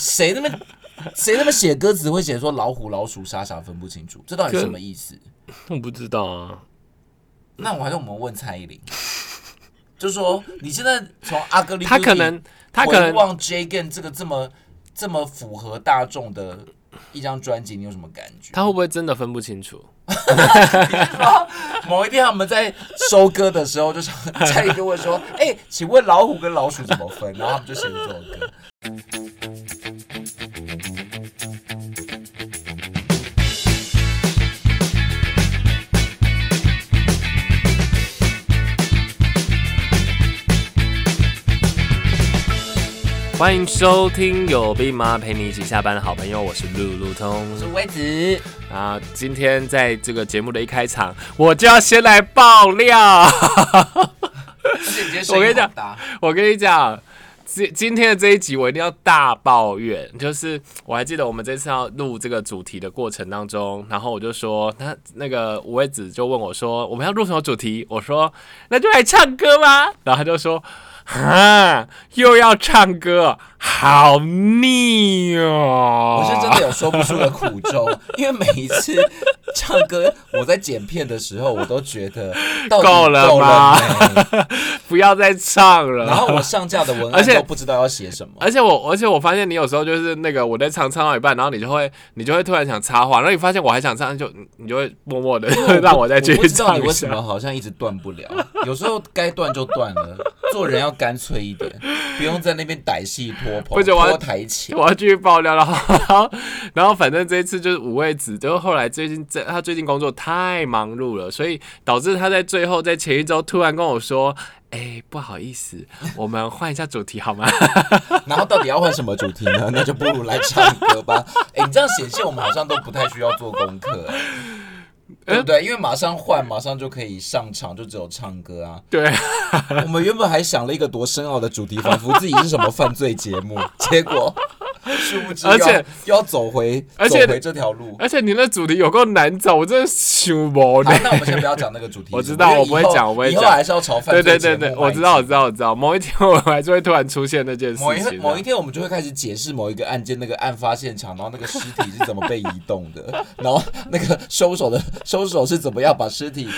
谁那么 谁那么写歌词会写说老虎老鼠傻傻分不清楚，这到底什么意思？我不知道啊，那我还是我们问蔡依林， 就说你现在从阿哥里，他可能他可回能望 Jagan 这个这么这么符合大众的一张专辑，你有什么感觉？他会不会真的分不清楚？某一天他们在收歌的时候，就是蔡依林跟我 说：“哎、请问老虎跟老鼠怎么分？”然后他们就写了这首 歌。欢迎收听有病吗？陪你一起下班的好朋友，我是路路我是通。威子，啊，今天在这个节目的一开场，我就要先来爆料。而且你今天我声跟你音讲好大，我跟你讲，今今天的这一集我一定要大抱怨，就是我还记得我们这次要录这个主题的过程当中，然后我就说，他那个五位子就问我说，我们要录什么主题？我说那就来唱歌吧。然后他就说。啊！又要唱歌，好腻哦！我是真的有说不出的苦衷，因为每一次唱歌，我在剪片的时候，我都觉得到底够了了吗没？不要再唱了。然后我上架的文而案且都不知道要写什么。而且我，而且我发现你有时候就是那个我在唱唱到一半，然后你就会你就会突然想插话，然后你发现我还想唱，就你你就会默默的 让我再继我不续知道唱你一为什下。么好像一直断不了，有时候该断就断了，做人要干脆一点，不用在那边歹戏拖不棚、是我拖要台前。我要继续爆料，然后然后 然后反正这一次就是五味子，就是后来最近这他最近工作太忙碌了，所以导致他在最后在前一周突然跟我说。哎、不好意思，我们换一下主题好吗？ 然后到底要换什么主题呢？那就不如来唱歌吧。 哎、你这样显现我们好像都不太需要做功 课、哎呃对不对？因为马上换，马上就可以上场，就只有唱歌啊。对，我们原本还想了一个多深奥的主题，仿佛自己是什么犯罪节 目，结果殊不知要而且要走回而且走回这条路。而且你那主题有够难找，我真的想不呢好，。那我们先不要讲那个主题。 我知道因为我不会以后讲我不会以后讲还是要朝犯 对罪对节对目对，迈我知道，我进知。道，我知道。某一天 我还是会突然出现那件事某一情。啊某一天，我们就会开始解释某一个案件那个案发现场，然后那个尸体是怎么被移动的，然后那个凶手的凶手是怎么样把尸体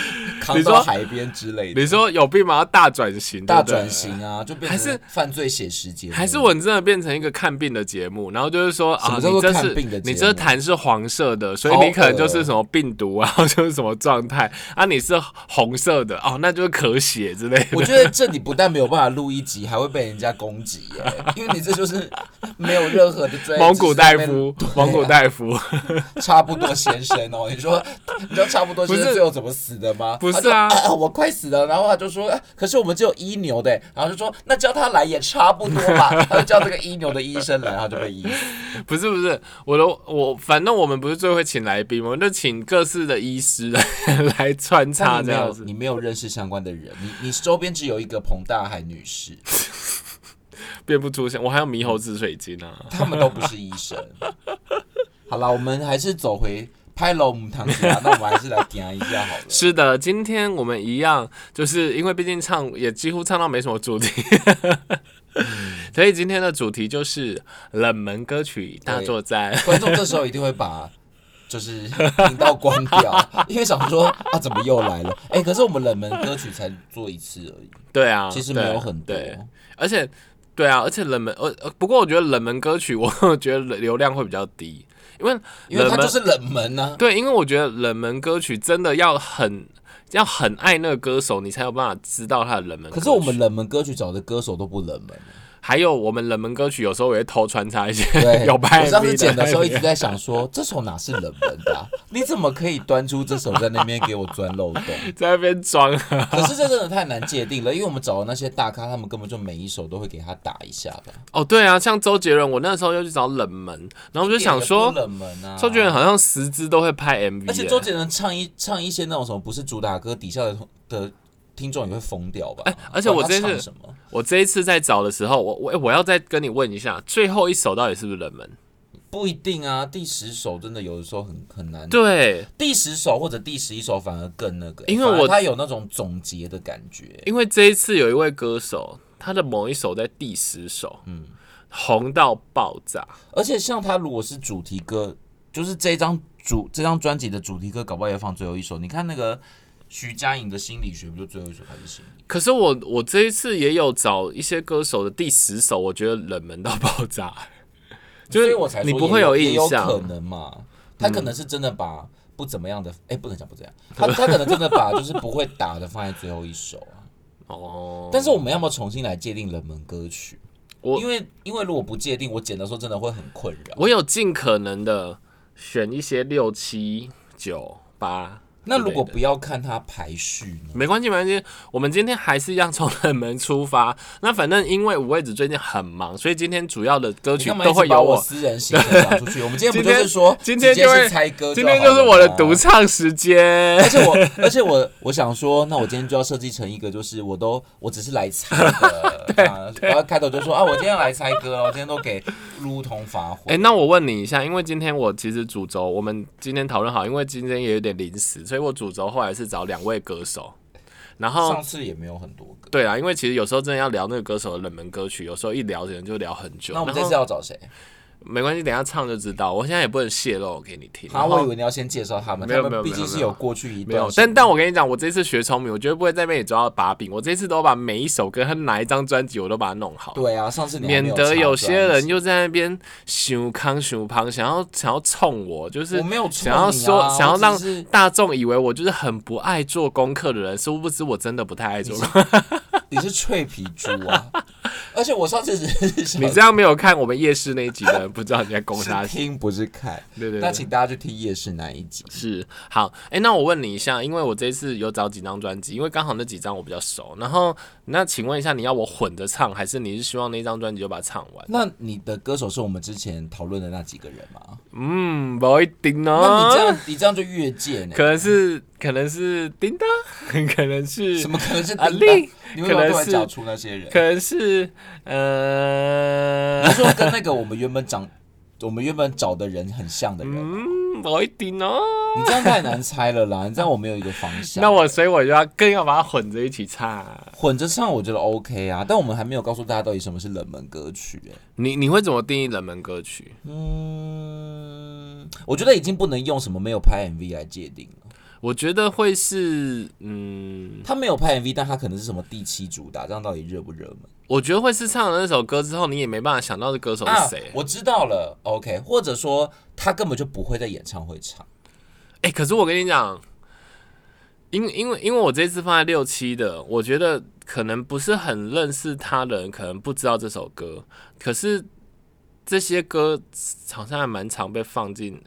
扛你说到海边之类的。你说有病吗？要大转型，大对不对转，型啊，就变还成是犯罪写实节目，还是我真的变成一个看病的节目？然后就是说什啊，么叫你做这看是病的节目哦你这痰是黄色的，所以好你可能就是恶什么病毒啊， 就是什么状态啊，你是红色的哦，那就是咳血之类我的。觉得这里不但没有办法录一集，还会被人家攻击耶，因为你这就是没有任何的专业 蒙古知识在大那边啊夫，蒙古大夫， 差不多先生哦，你说你知道差不多先不生是最后怎么死的吗？不他是就 啊咳我快死了。然后他就说， 啊可是我们只有一牛的，然后就说那叫他来也差不多吧。 他就叫这个一牛的医生来，然后就被医死。不是不是，我的我反正我们不是最会请来宾吗，我们就请各式的医师来 来穿插但你这没样有子。你没有认识相关的人，你你周边只有一个彭大海女士， 变不出现，我还有猕猴紫水晶啊！他们都不是医生。 好了，我们还是走回拍楼母堂子啊，那我们还是来点一下好了。是的，今天我们一样，就是因为毕竟唱也几乎唱到没什么主题，嗯 所以今天的主题就是冷门歌曲大作战。观众这时候一定会把就是频道关 掉，因为想说啊，怎么又来了？哎、可是我们冷门歌曲才做一次而已，对啊，其实没有很多对，。对而且对啊，而且冷门，呃，呃不过我觉得冷门歌曲，我觉得流量会比较低，因为因为冷它就门是冷门啊呢、对，因为我觉得冷门歌曲真的要很要很爱那个歌手，你才有办法知道他的冷门歌曲。可是我们冷门歌曲找的歌手都不冷门，还有我们冷门歌曲，有时候也会偷穿插一些对。 有拍我 MV 上次剪的时候一那直个在想说，这首哪是冷门的啊、你怎么可以端出这首在那边给我钻漏 洞？在那边装啊，可是这真的太难界定了，因为我们找的那些大咖，他们根本就每一首都会给他打一下吧。哦，对啊，像周杰伦，我那时候就去找冷门，然后我就想也说不，冷门啊，周杰伦好像十支都会拍 MV，而且耶周杰伦唱一唱一些那种什么不是主打歌，底下的同的听众也会疯掉吧？哎而且我管他真是唱什么？我这一次在找的时候，我我我要再跟你问一下，最后一首到底是不是冷门？嗯不一定啊，第十首真的有的时候很很难。对，第十首或者第十一首反而更那个，因为反而我他有那种总结的感觉。因为这一次有一位歌手，他的某一首在第十首，嗯，红到爆炸。而且像他如果是主题歌，就是这张主这张专辑的主题歌，搞不好也放最后一首。你看那个徐佳莹的心理学，不就最后一首还是心理？可是我我这一次也有找一些歌手的第十首，我觉得冷门到爆 炸，就所以是我才说你也不会有也印有象嗯可。能嘛？他可能是真的把不怎么样的，哎、不能讲不怎 样，他他可能真的把就是不会打的放在最后一首啊。 哦，但是我们要不要重新来界定冷门歌曲？我因为因为如果不界定，我剪的时候真的会很困扰。我有尽可能的选一些六七九八。那如果不要看它排序呢？没关系，没关系。我们今天还是一样从冷门出发。那反正因为五味子最近很忙，所以今天主要的歌你曲干嘛一都直会把由我私人行程讲出去？我们今天不就今天是说， 今天直接就会是猜歌，今天就是我的独唱。唱时间而。且我， 而且我，我想说，那我今天就要设计成一个，就是我都我只是来猜 的，啊然后开头就说啊，我今天要来猜歌了，我今天都给如同发挥。哎、那我问你一下，因为今天我其实主轴我们今天讨论好，因为今天也有点临时，所以我主轴后来是找两位歌手，然后上次也没有很多个，对啊，因为其实有时候真的要聊那个歌手的冷门歌曲，有时候一聊可能就聊很久。那我们这然后次要找谁？没关系，等一下唱就知道。我现在也不能泄露给你听。啊，然后我以为你要先介绍他们，没有他没们有毕没有竟是没有有过去一没段有时，间。但但我跟你讲，我这次学聪明，我绝对不会在被你抓到把柄。我这次都把每一首歌和哪一张专辑我都把它弄好，对啊，上次你还免没得查有些专人辑又在那边想康想胖，想要想要冲我，就是我没有冲想要你啊说、我想要只让是大众以为我就是很不爱做功课的人，殊不知我真的不太爱做功课。你是脆皮猪 啊！而且我上次只是想你这样没有看我们夜市那一集的人，不知道你在攻啥是。 听不是看，对对对那请大家去听夜市那一集。是好，哎、那我问你一下，因为我这次有找几张专辑，因为刚好那几张我比较熟。然后，那请问一下，你要我混着唱，还是你是希望那张专辑就把它唱完？那你的歌手是我们之前讨论的那几个人吗？嗯，不一定那你这哦，样，你这样就越界呢可？能是可能是叮当，可能是什么可能是啊叮当另？你为什么突可能然是找出那些人可？能是呃你，说跟那个我们原本长，我们原本找的人很像的人，嗯，不一定哦。你这样太难猜了啦！你这样我没有一个方向。那我所以我就要更要把它混着一起唱。混着唱，我觉得 OK 啊，但我们还没有告诉大家到底什么是冷门歌曲、欸。你你会怎么定义冷门歌曲？嗯，我觉得已经不能用什么没有拍 MV 来界定了。我觉得会是嗯。他没有拍 MV，但他可能是什么第七主打，这样到底热不热门？我觉得会是唱了那首歌之后，你也没办法想到这歌手是谁。啊我知道了，OK，或者说他根本就不会在演唱会 唱。哎、可是我跟你讲，因因为因为我这次放在六七的，我觉得可能不是很认识他的人，可能不知道这首歌。可是这些歌好像还蛮常被放进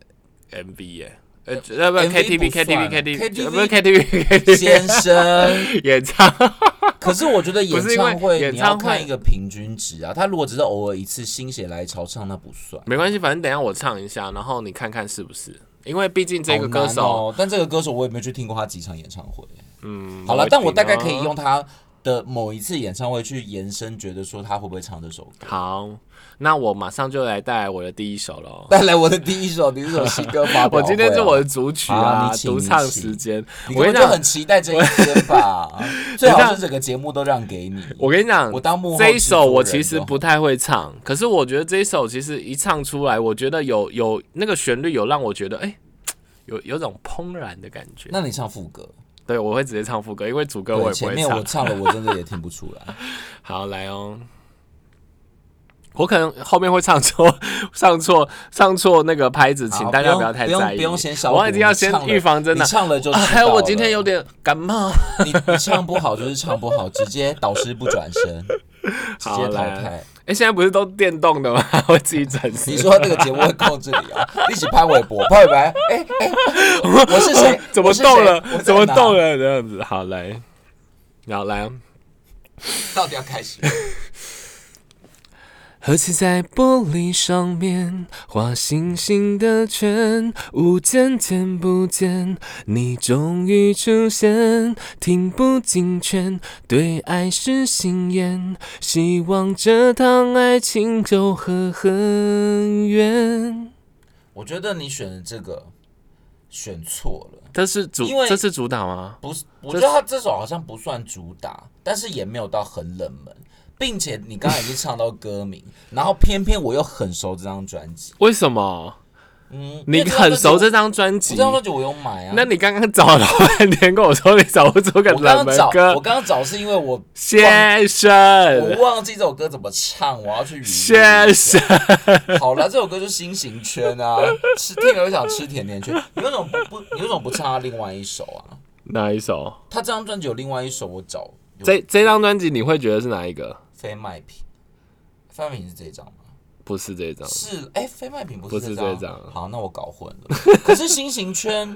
MV 耶、呃，呃，不 MV KTV 不算 KTV 啊 KTV， KTV 不是 KTV KTV 先生，演唱，可是我觉得演唱不是会因为你演唱要会看一个平均值啊。他如果只是偶尔一次心血来潮唱，那不算。没关系，反正等一下我唱一下，然后你看看是不是。因为毕竟这个歌手，好难哦，但这个歌手我也没有去听过他几场演唱会。嗯，好了，但我大概一可定以哦用他的某一次演唱会去延伸，觉得说他会不会唱这首歌。好，那我马上就来带来我的第一首喽。 带来我的第一首，你是首新歌发表会我啊今天是我的主曲啊啊你，请独你唱请时间。你我根本跟你就讲，很期待这一天 吧？最好是整个节目都让给你。我跟你讲，我当幕后这一制首作我人哦其实就好不太会唱，可是我觉得这一首其实一唱出来，我觉得有有那个旋律有让我觉得哎、有有种怦然的感觉。那你唱副歌，对，我会直接唱副歌，因为主歌对，我也不前会面我唱唱。了，我真的也听不出来。好，来哦。我可能后面会唱错， 唱错，唱错那个拍子， 请好大家不不用要太不用在意。不用嫌小我补已经要你先唱了预防针你了。唱了就知道了 哎，我今天有点感冒。 你你唱不好就是唱不好，直接导师不转身，直 好接淘来汰。哎、现在不是都电动的吗？ 我自己整死。你说这个节目会控制你啊？一起拍微博，拍微博，哎哎，我我是谁 ？怎么我是谁动了？怎么动？我在哪了？这样子，好来，然后来、哦。到底要开 始？和气在玻璃上面画星星的圈，无间见不见，你终于出现，听不进劝，对爱是心眼，希望这趟爱情走和很远。我觉得你选的这个选错了。这是主因为这是主打吗？不是，我觉得他这首好像不算主打，但是也没有到很冷门。并且你刚才已经唱到歌名，然后偏偏我又很熟这张专辑，为什么？嗯，因你为很熟这张专辑张专我，我这张专辑？辑我有买啊。那你刚刚找了老半天，跟我说你找不出个我刚冷刚门找，我歌，刚刚找是因为 我先我生，忘记这首歌怎么唱，我要 去语录先生，好了，这首歌就新型圈啊，吃听了就想吃甜甜圈。你为什么不不？你为什么不唱他另外一首啊？哪一首？他这张专辑有另外一首，我找有这这张专辑你会觉得是哪一个？非卖品，非卖品是这一张吗？不是这张，是，哎、非卖品不哦不是是这张。这啊张好，那我搞混了。可是新型圈，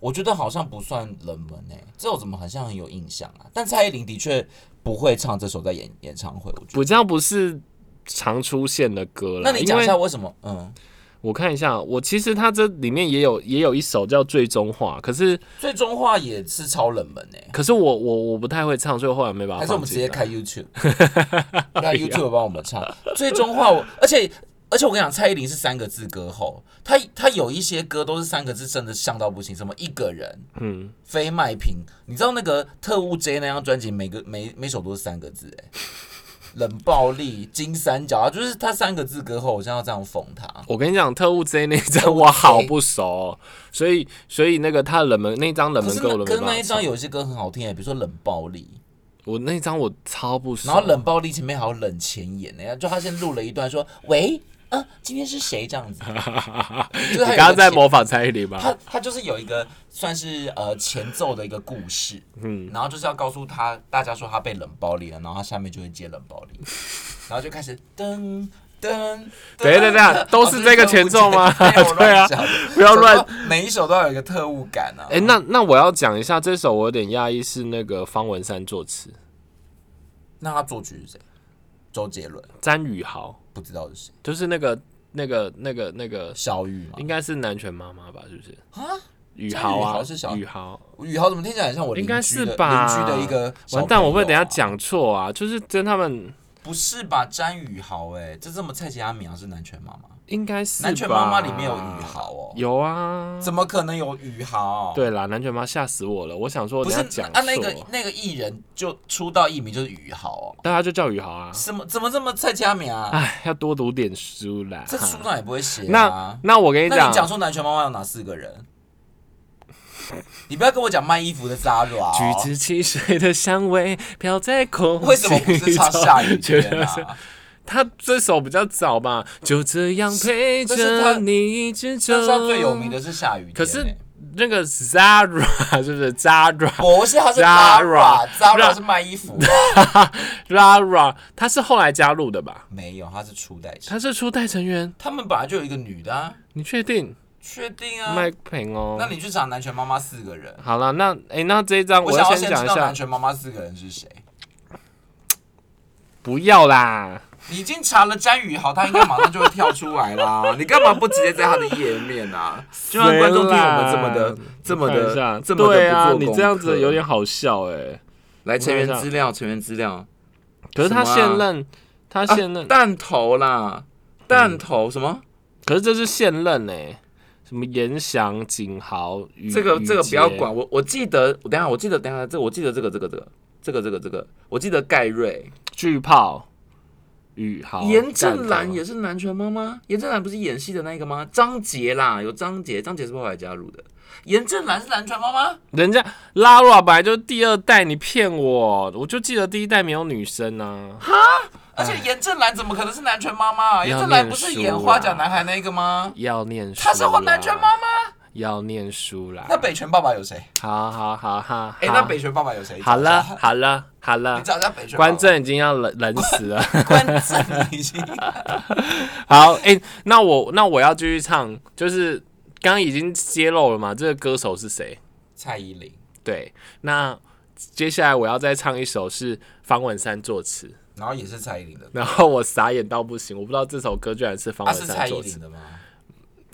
我觉得好像不算冷门哎、这我怎么好像很有印象啊？但蔡依林的确不会唱这首在演演唱会，我觉得。比较不是常出现的歌了。那你讲一因下为为什么？嗯，我看一下，我其实它这里面也有也有一首叫《最终话》，可是最终话也是超冷门哎、可是我我我不太会唱，所以后来没把它还是我放们直进接来。开 YouTube，让 哎 YouTube 帮我们唱。最终话我，而且而且我跟你讲，蔡依林是三个字歌后，她她有一些歌都是三个字，真的像到不行，什么一个人、嗯，非卖品，你知道那个特务 J 那张专辑，每个每每首都是三个字、哎，冷暴力、金三角，啊就是她三个字歌后，我现在要这样讽她。我跟你讲，《特务 J》那特张务我好 J 不熟哦、所以所以那个他冷门那张冷可门是歌我那都可没是那一办法张唱。有一些歌很好听、哎，比如说冷暴力。我那张我超不熟。然后冷暴力前面还有冷前言呢，就他先录了一段说喂，啊，今天是谁这样子？就是你他有一个刚刚在前模仿蔡依林吗？他他就是有一个算是呃前奏的一个故事，嗯，然后就是要告诉他大家说他被冷暴力了，然后他下面就会接冷暴 力，然后就开始噔。噔，哦等一下等一下都是这个前奏吗对 对啊不要乱，每一首都要有一个特务感啊。哎、那那我要讲一下这首，我有点讶异，是那个方文山作词，那他作曲是谁？周杰伦，詹宇豪，不知道是谁，就是那个那个那个那个，小雨吗？应该是南拳妈妈吧？是不是？啊，宇詹豪啊，宇豪是小宇豪，宇豪怎么听起来很像我邻居应该的是吧邻居的一个小朋友啊、完蛋，我被等一下讲错啊！就是跟他们不是吧？詹宇豪、哎，这这么蔡健雅米阳是南拳妈妈，应该是吧南拳妈妈里面有宇，豪哦，有啊，怎么可能有宇豪？，对啦，南拳妈吓死我了！我想说我不等一是下讲啊，那个错，那个艺人就出道艺名就是宇豪、哦，大家就叫宇豪啊，什么怎么这么蔡健雅米啊？哎，要多读点书啦。这书上也不会写那啊。那我跟你那讲你，讲出南拳妈妈有哪四个人？你不要跟我讲卖衣服的 Zara，、橘哦、子汽水的香味飘在空气中。为什么不是唱下雨觉天得是啊？ 他这首比较早吧，就这样陪但是他着你一直走。这是他最有名的是下雨天、可是哎那个 Zara 是不是 Zara 不是，他是 Zara Zara，Zara 是卖衣服 的， Zara，他是后来加入的吧？没有，他是初代成。他是初代成员，他们本来就有一个女的、啊，你确定？确定啊？麦平哦那。你去找南拳妈妈四个人，好了，那诶，那这一张我要想要先先讲知一道下南，拳妈妈四个人是谁。不要啦，你已经查了詹宇豪，他应该马上就会跳出来啦。你干嘛不直接在他的页面啊？就让观众听我们这么的、这么看一下的、这么的对啊，不做功你课这样子有点好笑诶。来成员我看一下资料，成员资料，可是他什么啊现任，他啊现任，弹头啦，弹头什么？可是这是现任诶，什么严翔、景豪、于这个于这个不要杰管，我我记得，我等一下我记得等一下这个我记得这个这个这个这个这个这个，我记得盖瑞、巨炮、宇豪、严正蛋兰头也是南拳妈妈，严正兰不是演戏的那个吗？张杰啦，有张杰，张杰是后来加入的。严正兰是南拳妈妈，人家 Lara 本来就是第二代，你骗我！我就记得第一代没有女生啊。而且严正兰怎么可能是南拳妈妈？严要正兰念不是书演啦花甲男孩那个吗？要念书，啊她是混南拳妈，妈。要念书啦。那北拳爸爸有谁？好好好好，哎、好那北拳爸爸有谁？好你找了一下，好了好了你，找一下北拳爸爸。关正已经要冷冷死了。关正已 经 好，哎、那我那我要继续唱，就是刚刚已经揭露了嘛，这个歌手是谁？蔡依林，对，那接下来我要再唱一首是方文山作词， 然后也是蔡依林的，然后我傻眼到不行，我不知道这首歌居然是方她、文啊是山蔡作依词林。的吗？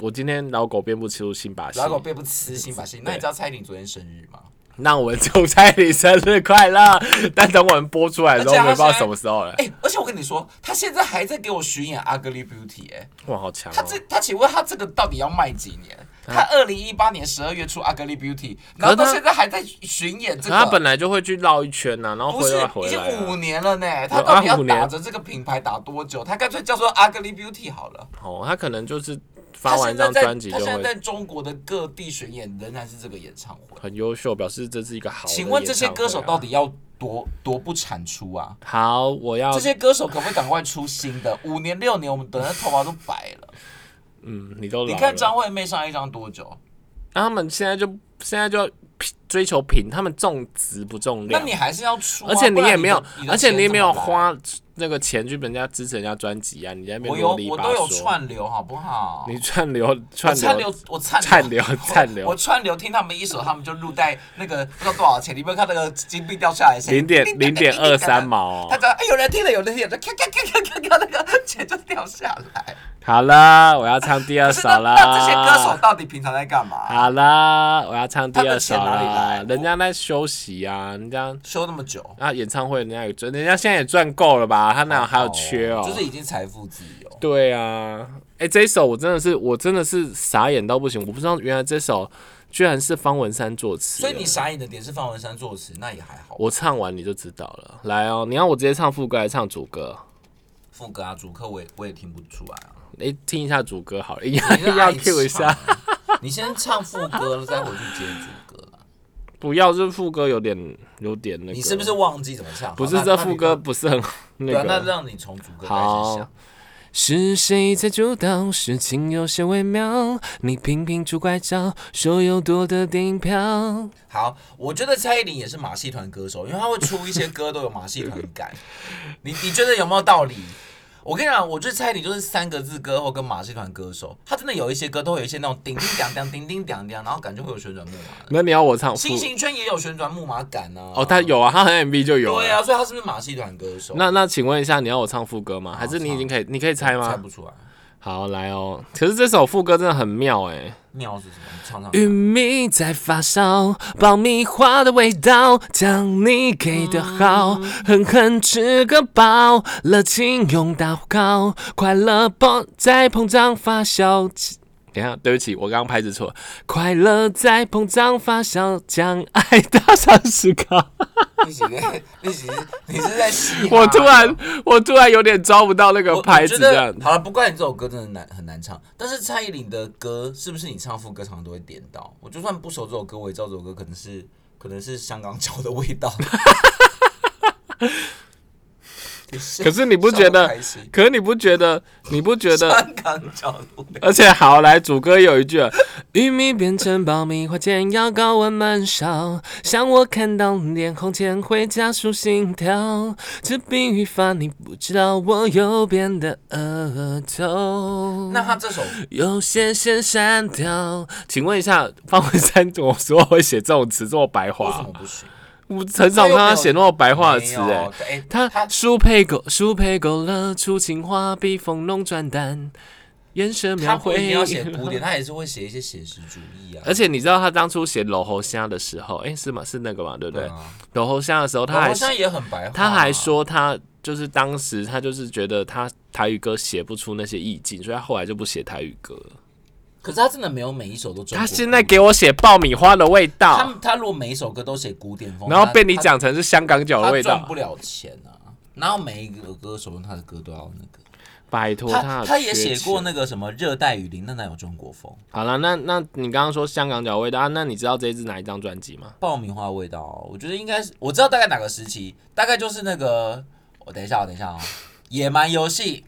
我今天老狗编不出新把戏老，狗背不吃心把心。那你对知道蔡依林昨天生日吗？那我们祝蔡依林生日快乐！ 但等我们播出来的时候，而且他现我们不知道在什么时候了。哎、而且我跟你说，他现在还在给我巡演《Ugly Beauty、哎，哇，好强、他哦！这他请问他这个到底要卖几年？他二零一八年十二月出《Ugly Beauty》，然后可是到他现在还在巡演这可他个本。来就会去绕一圈呐、然后不回是来，回已经来啊、五年了呢，他有到底啊要五年打着这个品牌打多久？他干脆叫做 Ugly Beauty 好了。哦，他可能就是发他完现一在在张专辑他就现在会在中国的各地巡演仍然是这个演唱会。很优秀，表示这是一个好的演唱请会啊、问这些歌手到底要多多不产出啊？好？我要这些歌手可不可以赶快出新的？五年六年，我们等的头发都白了。嗯，你都老你了看张惠妹上一张多久？那他们现在就现在就要追求品，他们重质不重那量你，还是要出啊、而且不然你也没有的，的而且钱你也没怎有么来。啊花那个钱去人家支持人家专辑啊，你在那边我有啰里我吧都有嗦串流，好不好？你串流我串串流流，我串串流串我流串流听他们一首，他们就录带那个不知道多少钱，你没有看那个金币掉下来的声音，零点零点二三。毛他哦。只要哎有人听了，有人听了，就咔咔咔咔咔咔，那个钱就掉下来。好啦，我要唱第二可是首那啦。 那这些歌手到底平常在干嘛？好啦，我要唱第二首他们钱哪里啦来。人家在休息啊，人家休那么久，啊演唱会人家也赚，人家现在也赚够了吧？他哪有还有缺哦？就是已经财富自由。对啊，哎、这一首我真的是我真的是傻眼到不行，我不知道原来这首居然是方文山作词所的。以你傻眼的点是方文山作词，那也还好。我唱完你就知道了。来哦，你要我直接唱副歌还是唱主歌？副歌啊，主歌我也我也听不出来啊。你听一下主歌好了，一 你是定要爱 Q 一唱下，啊， 你先唱副歌了，再回去接主歌啦。不要这副歌有点有点那个。你是不是忘记怎么唱？不好是那这那副你歌不是很 那对啊，那个？让你从主歌开始好想。。是谁在主导？事情有些微妙，你频频出怪招，手又多的电影票。好，我觉得蔡依林也是马戏团歌手，因为她会出一些歌都有马戏团 感。你你觉得有没有道理？我跟你讲，我觉得蔡依林就是三个字歌后跟马戏团歌手，她真的有一些歌都会有一些那种叮叮当当、叮叮当当，然后感觉会有旋转木马的。那你要我唱副？新型圈也有旋转木马感呢、啊。哦，他。有啊，他很 MV 就有了。对啊，所以她是不是马戏团歌手？那那请问一下，你要我唱副歌吗？还是你已经可以，你可以猜猜吗？不出来，好，来哦。可是这首副歌真的很妙哎、妙是什么？你唱唱看。玉米在发烧，爆米花的味道将你给的好，嗯狠狠吃个饱。热情用祷告，快乐膨在膨胀发酵。等一下，对不起，我刚刚拍子错了。快乐在膨胀发酵，将爱打上 石膏。你是在，你是你是在嘻哈我突然，我突然有点抓不到那个我拍我觉子，这样得好了，不怪你这首歌真的难很难唱，但是蔡依林的歌是不是你唱副歌常常都会点到？我就算不熟这首歌，我也知道这首歌可能是可能是香港脚的味道。可是你不觉 得笑开心可是你不觉得？你不觉得？香港脚的味 道？而且好，来主歌有一句：玉米变成爆米花，煎药高温闷烧，像我看到脸红前会加速心跳。这比喻法你不知道，我右边的额头那他这首有些先删掉。请问一下，方文山怎么说会写这种词这么白为什话么？不行？我很少看他写那么白话的词哎、哎、哎他他输配够，输配够了，出情话，笔锋浓转淡，眼神他描不一定绘。要写古典，他也是会写一些写实主义啊。 而且你知道他当初写《罗喉虾》的时候，哎、是吗？是那个嘛，对不对？对《啊，罗喉虾》的时候，他好还像也很白话啊、他还说他就是当时他就是觉得他台语歌写不出那些意境，所以他后来就不写台语歌了。可是他真的没有每一首都中国他风。现在给我写爆米花的味他道，们他如果每一首歌都写古典风，然后那被你他讲成是香港脚的他味赚道不，了钱啊。然后每一个歌手用他的歌都要那个，拜托他有他也缺写过钱那个什么热带雨林，那哪有中国风？好了，那那你刚刚说香港脚味道、啊，那你知道这一支哪一张专辑吗？爆米花味道哦、我觉得应该是我知道大概哪个时期，大概就是那个我等一下，我等一下 哦，野蛮游戏，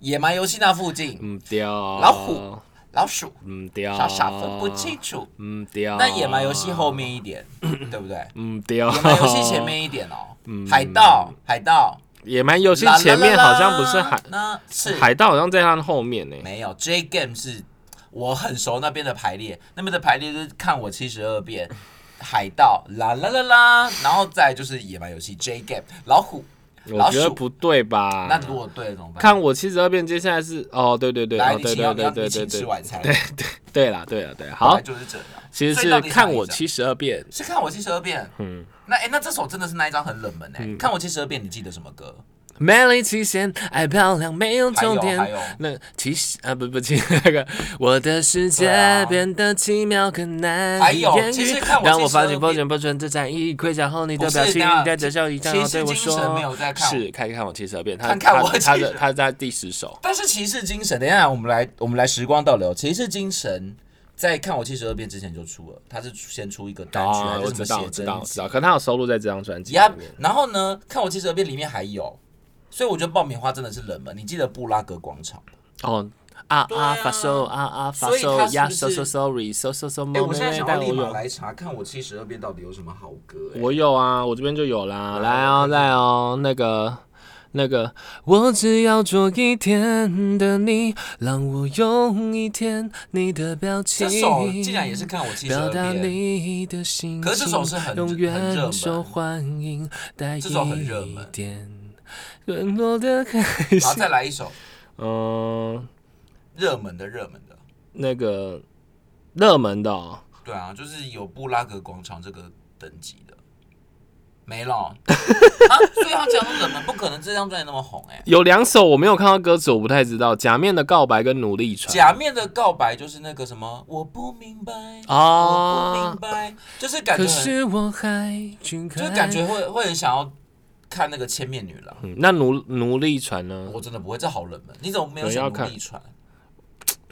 野蛮游戏那附近，唔掉老虎，老鼠唔掉，傻傻分不清，楚。唔掉。那野蛮游戏后，面一点，对不对？唔掉。野蛮游戏前，面一点 哦，嗯海盗，海盗，野蛮游戏前面好像不是海，那是海盗好像在它的后面呢。没有，J Game 是我很熟那边的排列，那边的排列就是看我七十二变，海盗啦啦啦啦，然后再就是野蛮游戏 J Game 老虎，我觉得老鼠不对吧？那如果对了怎么办？嗯看我七十二变，接下来是哦，对对对，来哦你对请对要你要对你对对请吃 对，晚餐，对啦对啦对啦，本好来，就是这样。其实所以到是底看哪一我张七十二变，嗯是看我七十二变，嗯，那哎、那这首真的是那一张很冷门哎、看我七十二变，你记得什么歌？美丽极限，爱漂亮没有终还有点还有。那其实啊，不不，其实那个我的世对界啊变得奇妙，很难还以有言其喻实看。我当这我发首现不也准不准这战役，盔甲后你的不表是情等下带着笑意，这其样实对我精神说：“没有在看我是看看我七十二变，他看看他我他七的十他在第十首。但是骑士精神，等一下我们来我们来时光倒流。骑士精神在看我七十二变之前就出了，他是先出一个单曲、哦，还我是什知么道，写我知道，真我集知道。可他有收录在这张专辑里 y 面。然后呢，看我七十二变里面还有，所以我觉得爆米花真的是冷门。你记得布拉格广场吗？哦。啊对啊啊发售啊啊发所以售他是呀不，so so 是 sorry so so so 哎、 moment 我现在想哦带要我立马有，来查看我七十二变到底有什么好歌、哎我有啊，我这边就有啦，来来哦来哦，那个那个，我只要做一天的你，让我用一天你的表情，这首竟然也是看我七十表二达变，你的心情，可是这首是很永很热远门受欢迎，带一这首很热门点软弱的开然后心再，来一首嗯，热门的热门的，那个热门的、哦。对啊，就是有布拉格广场这个等级的，没了 啊，所以他讲的冷门，不可能这张专辑那么红哎、有两首我没有看到歌词，我不太知道。假面的告白跟努力传。假面的告白就是那个什么，我不明白，我不啊明，白，就是感觉可很，是我还去就看。是感觉会会很想要看那个千面女郎。嗯，那奴奴隶船呢？我真的不会，这好冷门，你怎么没有有人要选奴看隶船？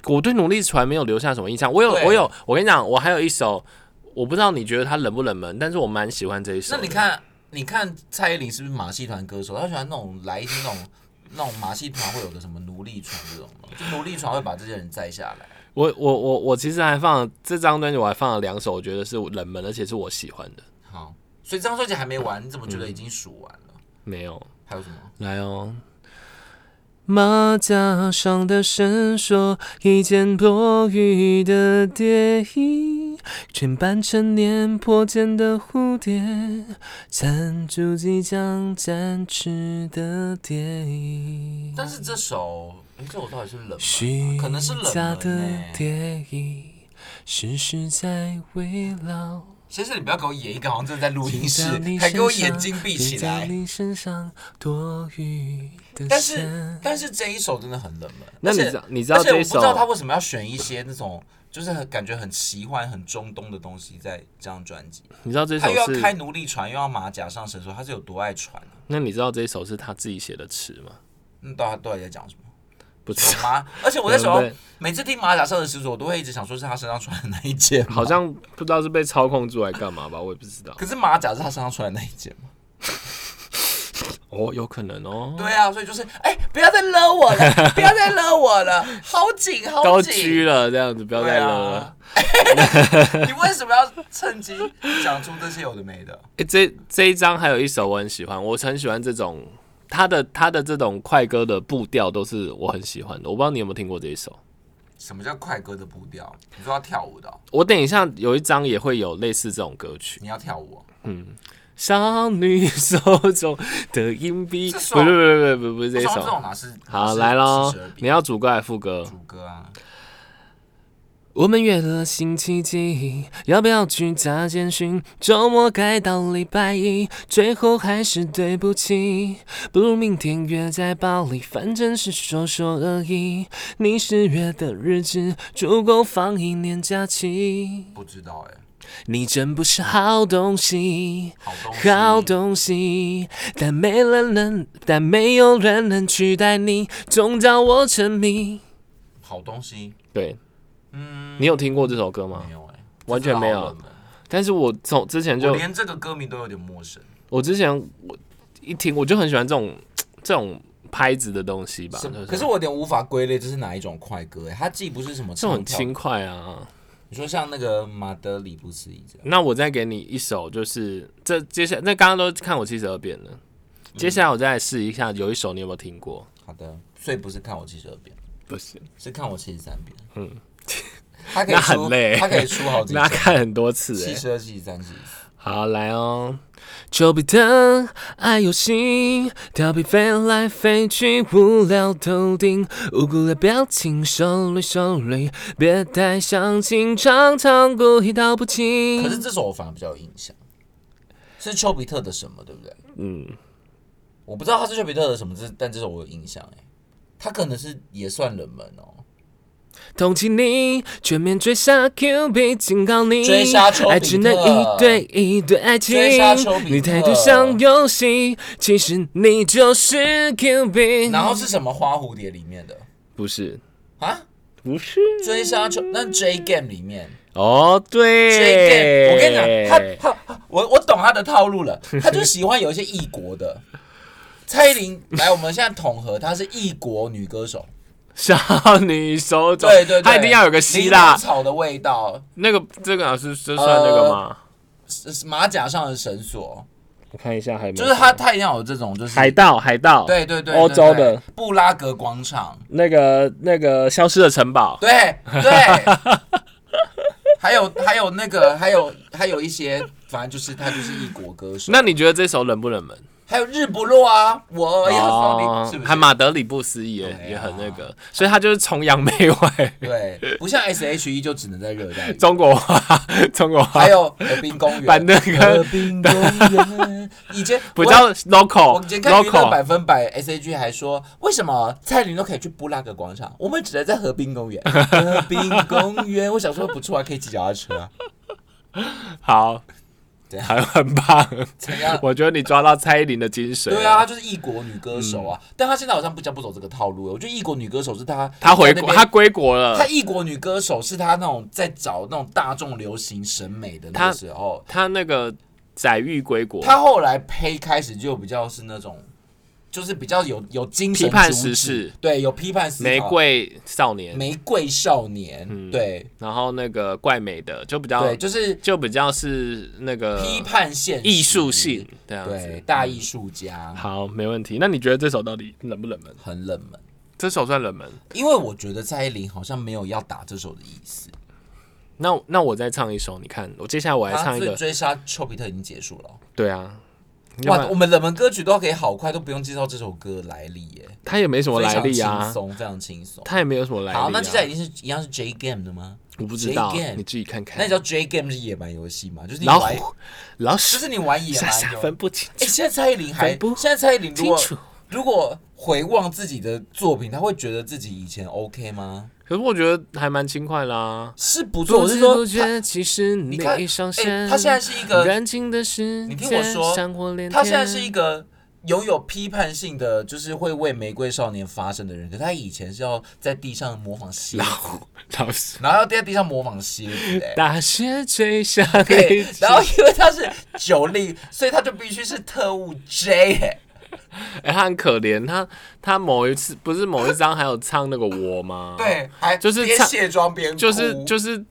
我对奴隶船没有留下什么印象。我有，对我有，我跟你讲，我还有一首，我不知道你觉得它冷不冷门，但是我蛮喜欢这一首那的。你看，你看蔡依林是不是马戏团歌手？她喜欢那种来一些那种 那种马戏团会有的什么奴隶船这种吗？就奴隶船会把这些人摘下来。我，我我我其实还放了这张专辑，我还放了两首，我觉得是冷门，而且是我喜欢的。好，所以这张专辑还没完，你怎么觉得已经数完了？没有，还有什么？来哦。马甲上的绳索，一件多余的蝶衣，全扮成年破茧的蝴蝶，缠住即将展翅的蝶翼。但是这首，哎、这首到底是冷门虚吗？可能是冷假门欸的呢、蝶翼，时时在围绕。先生，你不要给我演一个好像正在录音室贴在你，还给我身上眼睛闭贴起在来。你身上多余的但线是但是这一首真的很冷门。那你而且知道你知道这而一且我不知道首他为什么要选一些那种就是很感觉很奇幻、很中东的东西在这张专辑。你知道这首他又要是开奴隶船，又要马甲上绳索，他是有多爱船、啊？那你知道这一首是他自己写的词吗？那到底到底在讲什么？不知我妈，而且我那时候 对不对每次听马甲上的绳索，我都会一直想说是他身上穿的那一件吗好像不知道是被操控住来干嘛吧，我也不知道。可是马甲是他身上穿的那一件吗？哦，有可能哦。对啊，所以就是，哎、不要再勒我了，不要再勒我了，好紧，好高紧居。了，这样子不要再对勒啊了。 你为什么要趁机讲出这些有的没的？哎、这这一张还有一首我很喜欢，我很喜欢这种他的他的这种快歌的步调都是我很喜欢的。我不知道你有没有听过这一首。什么叫快歌的步调？你说要跳舞的哦、我等一下有一张也会有类似这种歌曲，你要跳舞哦、少女手中的硬币，这不首不不不不不是这一我想这首种。哪是？好，来喽是72，比你要主歌还是副歌？主歌啊，我们约了星期几？要不要去加简讯？周末改到礼拜一，最后还是对不起。不如明天约在巴黎，反正是说说而已。你十月的日子足够放一年假期。不知道哎、你真不是好东西，好东西，好东西，但没人能，但没有人能取代你，总叫我沉迷。好东西，对，嗯，你有听过这首歌吗没？有哎、完全没有这真的好冷门但是我从之前就我连这个歌名都有点陌生，我之前我一听我就很喜欢这种这种拍子的东西吧，是就是可是我有点无法归类这是哪一种快歌、欸，它既不是什么这种唱很跳轻，快啊。你说像那个马德里不思议这样，那我再给你一首，就是这接下来那刚刚都看我七十二遍了，嗯接下来我再来试一下，有一首你有没有听过？好的，所以不是看我七十二遍，不是，是看我七十三遍，嗯，他可以 那很出，累他可以出 好几那张，看很多次哎、七十二、七十三、七十四。好，来哦。丘比特爱游戏，调皮飞来飞去，无聊透顶，无辜的表情，手里手里，别太相信，常常故意道不可是清。这首我反而比较有印象，是丘比特的什么，对不对？嗯，我不知道他是丘比特的什么字，但这首我有印象哎、他可能是也算冷门哦。同情你，全面追杀 Q B，警告你，追杀丘比特爱只能一对一对爱情追杀丘比，特你态度像游戏，其实你就是 Q B。然后是什么花蝴蝶里面的不是，啊？不是追杀球那 J Game 里面哦，对 J Game，我跟你讲，他他我我懂他的套路了，他就喜欢有一些异国的。蔡依林来，我们现在统合，她是异国女歌手，少女手冢，对对对，他一定要有个希柠檬腊草的味道，那个这个老师这算那个呃吗？是是马甲上的绳索，我看一下还有没就有是他，他一定要有这种，就是海盗，海盗，对对对，欧对洲对的布拉格广场，那个那个消失的城堡，对 对，还有还有那个，还有还有一些，反正就是他就是异国歌手，那你觉得这首冷不冷门？还有日不落啊，我要说哦你，是不还是？马德里不思议也对啊也很那个，所以他就是崇洋媚外， 对，不像 S H E 就只能在热带雨，中国话，中国话还，有河滨公 园，板凳河跟滨公园，以 前比我较我 local 今天看娱乐哦 local，百分百 S H E 还说，为什么蔡依林都可以去布拉格广场，我们只能在河滨公园？ 河滨公园，我想说不错啊，可以骑脚踏 车啊，好怎，样还很棒，啊怎样？ 我觉得你抓到蔡依林的精髓，对啊，，她就是异国女歌手啊，嗯但她现在好像不讲不走这个套路了。我觉得异国女歌手是她，她回在那国，边她归国了她，异国女歌手是她那种在找那种大众流行审美的那她个时候，她那个载誉归国，她后来呸开始就比较是那种，就是比较有有精神批判主时旨事，对，有批判思考。玫瑰嗯少年，玫瑰少年，对然后那个怪美的就比较对，就是就比较是那个批判现实艺术性，这样对子。大艺术家好，没问题。那你觉得这首到底冷不冷门？很冷门，这首算冷门。因为我觉得蔡依林好像没有要打这首的意思。那那我再唱一首，你看，我接下来我还啊唱一所以个，追杀丘比特已经结束了哦。对啊，要不哇，然我们冷门歌曲都可以好快，都不用介绍这首歌来历耶，他也没什么来历非常轻啊，松，非常轻松。他也没有什么来历、啊。好，那接下来已经是一样是 J Game 的吗？我不知道 J，Game 你自己看那看你知。道 J Game 是野蛮游戏吗？就是你哎老玩，虎，老就鼠，是你玩野下蛮下游。分不清哎、现在蔡依林还，分不现在蔡依林如清果楚。如果回望自己的作品，他会觉得自己以前 OK 吗？可是我觉得还蛮轻快啦、是不不错，我是知说不她觉，其实你你看，一上哎、线，他现在是一个，燃尽的时你听我间说闪火连他现在是天一个拥有批判性的，就是会为玫瑰少年发声的人。可是他以前是要在地上模仿蝎子，老师， 然后要在地上模仿蝎子、 哎。大雪追下对雷，，然后因为他是九令，所以他就必须是特务 J，、哎，哎、他很可怜，他他某一次不是某一张还有唱那个我吗？，对，还哦就是边唱卸妆边哭就是就是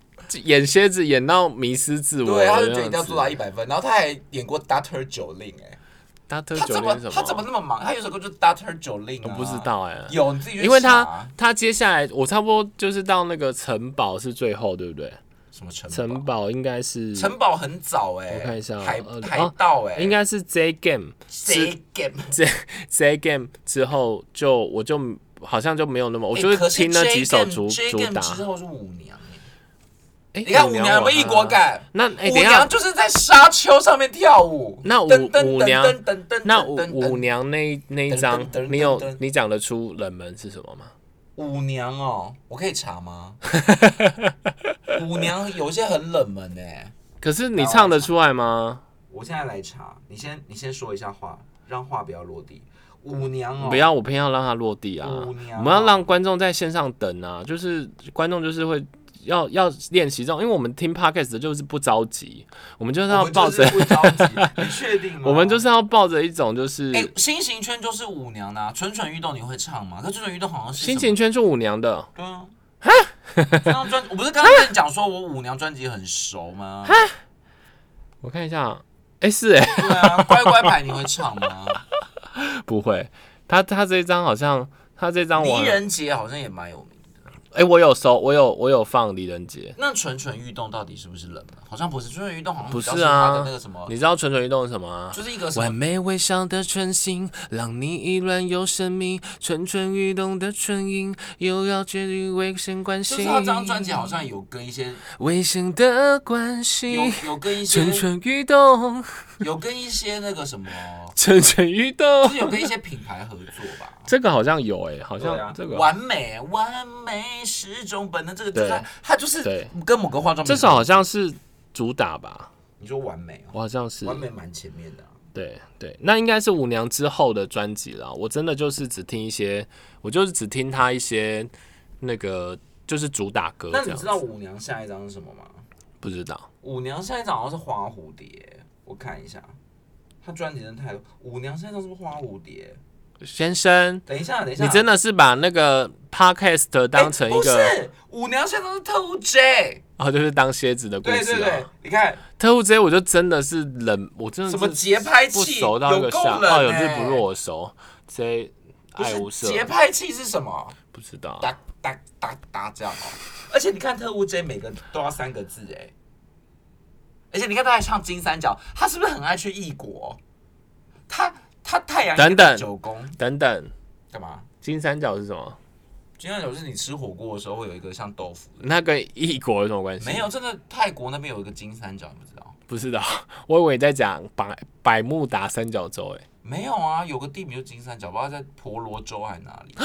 演蝎子演到迷失自我，对，他就觉得这一定要样做到子。一百分，然后他还演过 Doctor 九令，哎，他特他九怎么零什他怎么那么忙？他有首歌就 Doctor 九令、啊，我不知，道哎、有你自己去因为查他他接下来我差不多就是到那个城堡是最后对不对？什么城城堡堡应该是城堡很早哎、我看一下啊海呃海盗哎、应该是 J Game 是 J Game，这 J Game 之后就我就好像就没有那么，我就哎欸可听了几首主 J 主 Game 打。之后是舞娘、哎哎，你看舞娘有没有异国？感？那哎，舞等一下娘，就是在沙丘上面跳舞，那舞噔噔舞娘噔噔噔噔那舞噔噔舞娘那一那一张噔噔噔噔，你有噔你讲得出冷门是什么吗？舞娘哦，我可以查 吗？舞娘有些很冷门哎、可是你唱得出来吗？我现在来查，你先你先说一下话，让话不要落地。舞娘哦，不要，我偏要让它落地啊！舞我娘哦们要让观众在线上等啊，就是观众就是会要要练习这种，因为我们听 podcast 的就是不着急，我们就是要我们抱就着是不着急，你确定吗？ 我们就是要抱着一种就是哎、新型圈就是舞娘啦、蠢蠢欲动你会唱吗？可蠢蠢欲动好像是心什么情圈是舞娘的，对啊。 这张专，我不是刚刚跟你讲说我舞娘专辑很熟吗？我看一下啊，哎、是 哎、对啊，乖乖牌你会唱 吗？不会，他他这一张好像他这张我狄仁杰好像也蛮有名的，哎、我有搜，我有我有放李仁杰，那蠢蠢欲动到底是不是冷门？好像不是，蠢蠢欲动好像不比较是他的啊那个什么，你知道蠢蠢欲动是什么啊？就是一个什完么美微笑的唇形，让你依然有生命；蠢蠢欲动的唇印，又要决定危险关就系。是他这张专辑好像有跟一些危险的关有系，有跟一些 蠢蠢欲动， 有跟一些那个什么，蠢蠢欲就动是。有跟一些品牌合作吧。这个好像有诶、好对啊像这个。完美，完美是种本能，这个就是对他他就是对跟某个化妆品，这首好像是主打吧，你说完美哦，我好像是完美蛮前面的啊、对对，那应该是舞娘之后的专辑啦。我真的就是只听一些，我就是只听她一些那个就是主打歌那这你样知子。道舞娘下一张是什么吗？不知道舞娘下一张好像是花蝴蝶，我看一下，她专辑真的太多。舞娘下一张是不是花蝴蝶？先生，等一下，等一下，你真的是把那个 podcast 哎当成一不个、是舞娘下一张是特务 J，哦，就是当蝎子的故事、对啊。对对，你看特务 J 我就真的是冷，我真的是什么节拍不器熟到一有个够下，冷、欸，哦，有日不落我熟，J 不爱无是色，节拍器是什么？不知道。哒哒哒哒这样哦。而且你看特务 J 每个都要三个字哎，而且你看他还唱金三角，他是不是很爱去异国？他他太阳等等九宫等等，干嘛？金三角是什么？金三角是你吃火锅的时候会有一个像豆腐的，那跟异国有什么关系？没有，真的泰国那边有一个金三角，你不知道？不知道， 我以为你在讲百百慕达三角洲、欸，没有啊，有个地名就金三角，不知道在婆罗洲还是哪里，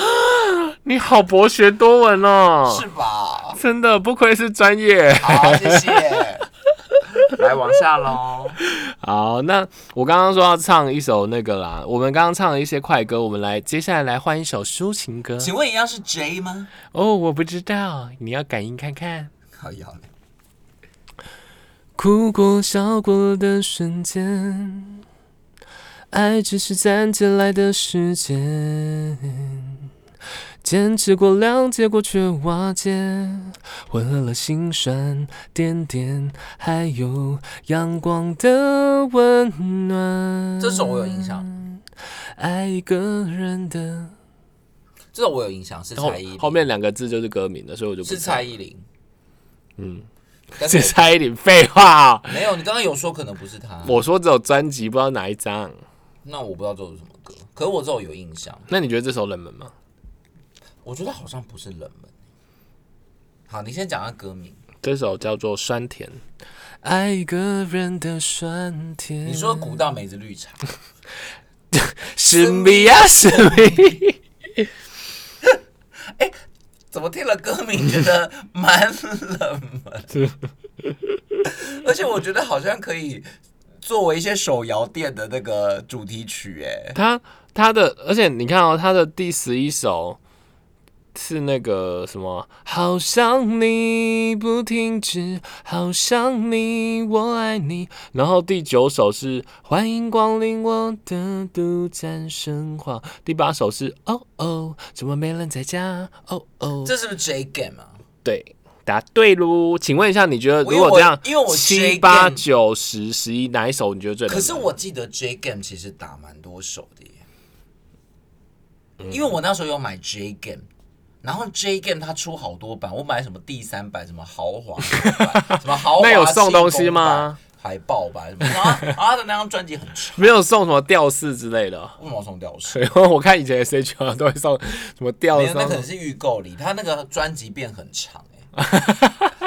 你好博学多闻哦，是吧？真的不愧是专业。好，谢 谢。来往下喽，好，那我刚刚说要唱一首那个啦，我们刚刚唱了一些快歌，我们来接下来来换一首抒情歌。请问一样是 J 吗？哦，我不知道，你要感应看看。好要嘞。哭过、笑过的瞬间，爱只是暂借来的时间。坚持过、谅解过，却瓦解，混合了心酸、点点，还有阳光的温暖。这首我有印象，爱一个人的。这首我有印象，是后蔡依林后面两个字就是歌名了，所以我就不 是蔡依林，嗯，但是是蔡依林，废话哦、我 没有，你刚刚有说可能不是他，我说只有专辑，不知道哪一张。那我不知道这首是什么歌，可是我这首有印象，那你觉得这首冷门吗？我觉得好像不是冷门。好，你先讲下歌名，这首叫做《酸甜》，爱一个人的酸甜。你说古道梅子绿茶，是咪呀是咪？怎么听了歌名觉得蛮冷门， 而且我觉得好像可以作为一些手摇店的那个主题曲，哎， 他他的，而且你看哦，他的第十一首是那个什么？好想你不停止，好想你我爱你。然后第九首是欢迎光临我的独占生活。第八首是哦哦，怎么没人在家？哦哦，这是不是 J Game 啊？对，答对喽。请问一下，你觉得我因如为果我这样，因为我七 J 八 game 九十十一哪一首你觉得最冷可门？是我记得 J Game 其实打蛮多手的耶，因为我那时候有买 J Game。然后 J Game 它出好多版，我买什么第三版，什么豪华 版，什么豪华那有庆送功东西版？吗海报版什么？然后然后他的那张专辑很长，没有送什么吊饰之类的。 为什么送吊饰？对，我看以前 S H R 都会送什么吊没有，饰那，可能是预购里，他那个专辑变很长 哎、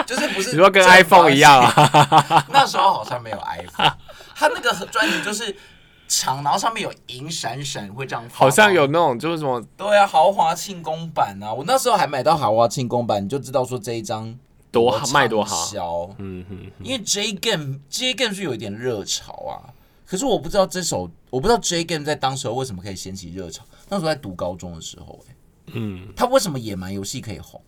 就是不是你说跟正版 iPhone 一样啊？ 那时候好像没有 iPhone，他那个专辑就是长，然后上面有银闪闪，会这样发好像光有那种就是什么对啊，豪华庆功版啊！我那时候还买到豪华庆功版，你就知道说这一张多好卖多畅好。销。嗯哼，因为 J Game J Game 是有一点热潮啊，可是我不知道这首，我不知道 J Game 在当时候为什么可以掀起热潮。那时候在读高中的时候、欸，嗯，他为什么野蛮游戏可以红？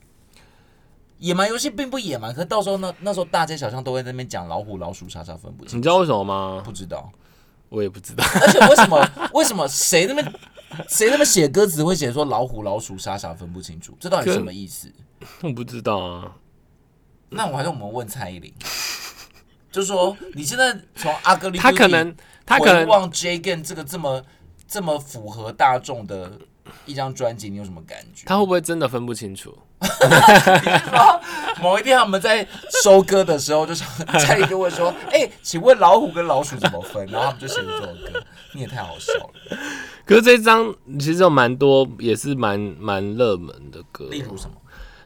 野蛮游戏并不野蛮，可到时候那那时候大街小巷都会在那边讲老虎老鼠傻傻分不清，你知道为什么吗不？知道。我也不知道。 而且为什么 为什么谁那边谁那边写歌词会写说老虎老鼠傻傻分不清楚，这到底可什么意思？我不知道啊。那我还是我们问蔡依林，就说你现在从阿哥里，他可能他可能望 J Gan 这个这么这么符合大众的一张专辑，你有什么感觉？他会不会真的分不清楚？某一天他们在收歌的时候，就是蔡依林就问说：“哎、请问老虎跟老鼠怎么分？”然后他们就写了这首歌，你也太好笑了。可是这张其实有蛮多，也是蛮蛮热门的歌。例如什么？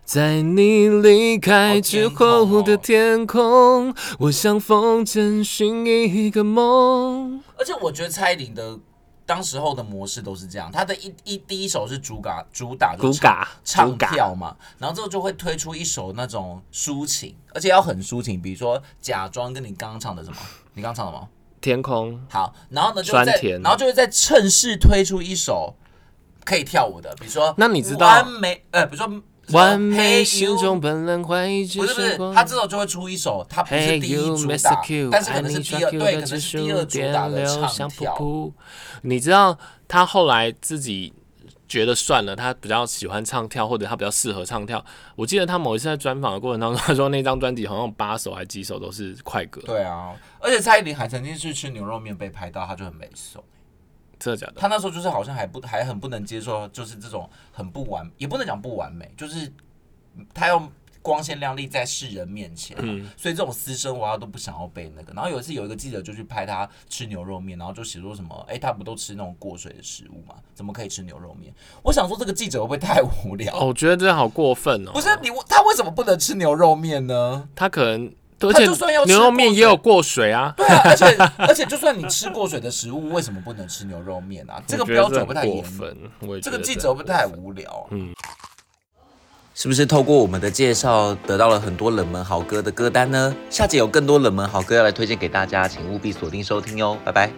在你离开之后的哦天空，我像风筝寻一个梦。而且我觉得蔡依林的当时候的模式都是这样，她的一一第一首是主打主打就是主打唱唱主打跳嘛，然后之后就会推出一首那种抒情，而且要很抒情，比如说《假装》跟你刚刚唱的什么，你刚唱的什么？天空，好，然后呢就会在酸甜然后就会在趁势推出一首可以跳舞的，比如说那你知道完美呃，比如说完美心。什么中本能怀疑不是只不是光，他这首就会出一首，他不是 Hey 第一 you, 主 Mr. 打 Q，，但是可爱能你是第像二， Q 对，的可指能是数第二主点打的流唱向跳。瀑布。你知道他后来自己觉得算了，他比较喜欢唱跳，或者他比较适合唱跳。我记得他某一次在专访的过程当中，他说那张专辑好像有八首还几首都是快歌，对啊，而且蔡依林还曾经去吃牛肉面被拍到，她就很没受。真的假的？她那时候就是好像还不还很不能接受，就是这种很不完，也不能讲不完美，就是她要光鲜亮丽在世人面前，所以这种私生活她都不想要被那个。然后有一次有一个记者就去拍她吃牛肉面，然后就写说什么，哎、她不都吃那种过水的食物吗？怎么可以吃牛肉面？我想说这个记者会不会太无聊？哦，我觉得这好过分哦！不是你，他为什么不能吃牛肉面呢？他可能，而且就算要吃牛肉面过水也有过水啊。对啊，而且而且，就算你吃过水的食物，为什么不能吃牛肉面啊？这个我觉标得这准很不太过严，分，我也这觉个得记这者很不过太分无聊。啊嗯，是不是透过我们的介绍，得到了很多冷门好歌的歌单呢？下集有更多冷门好歌要来推荐给大家，请务必锁定收听哟，拜拜。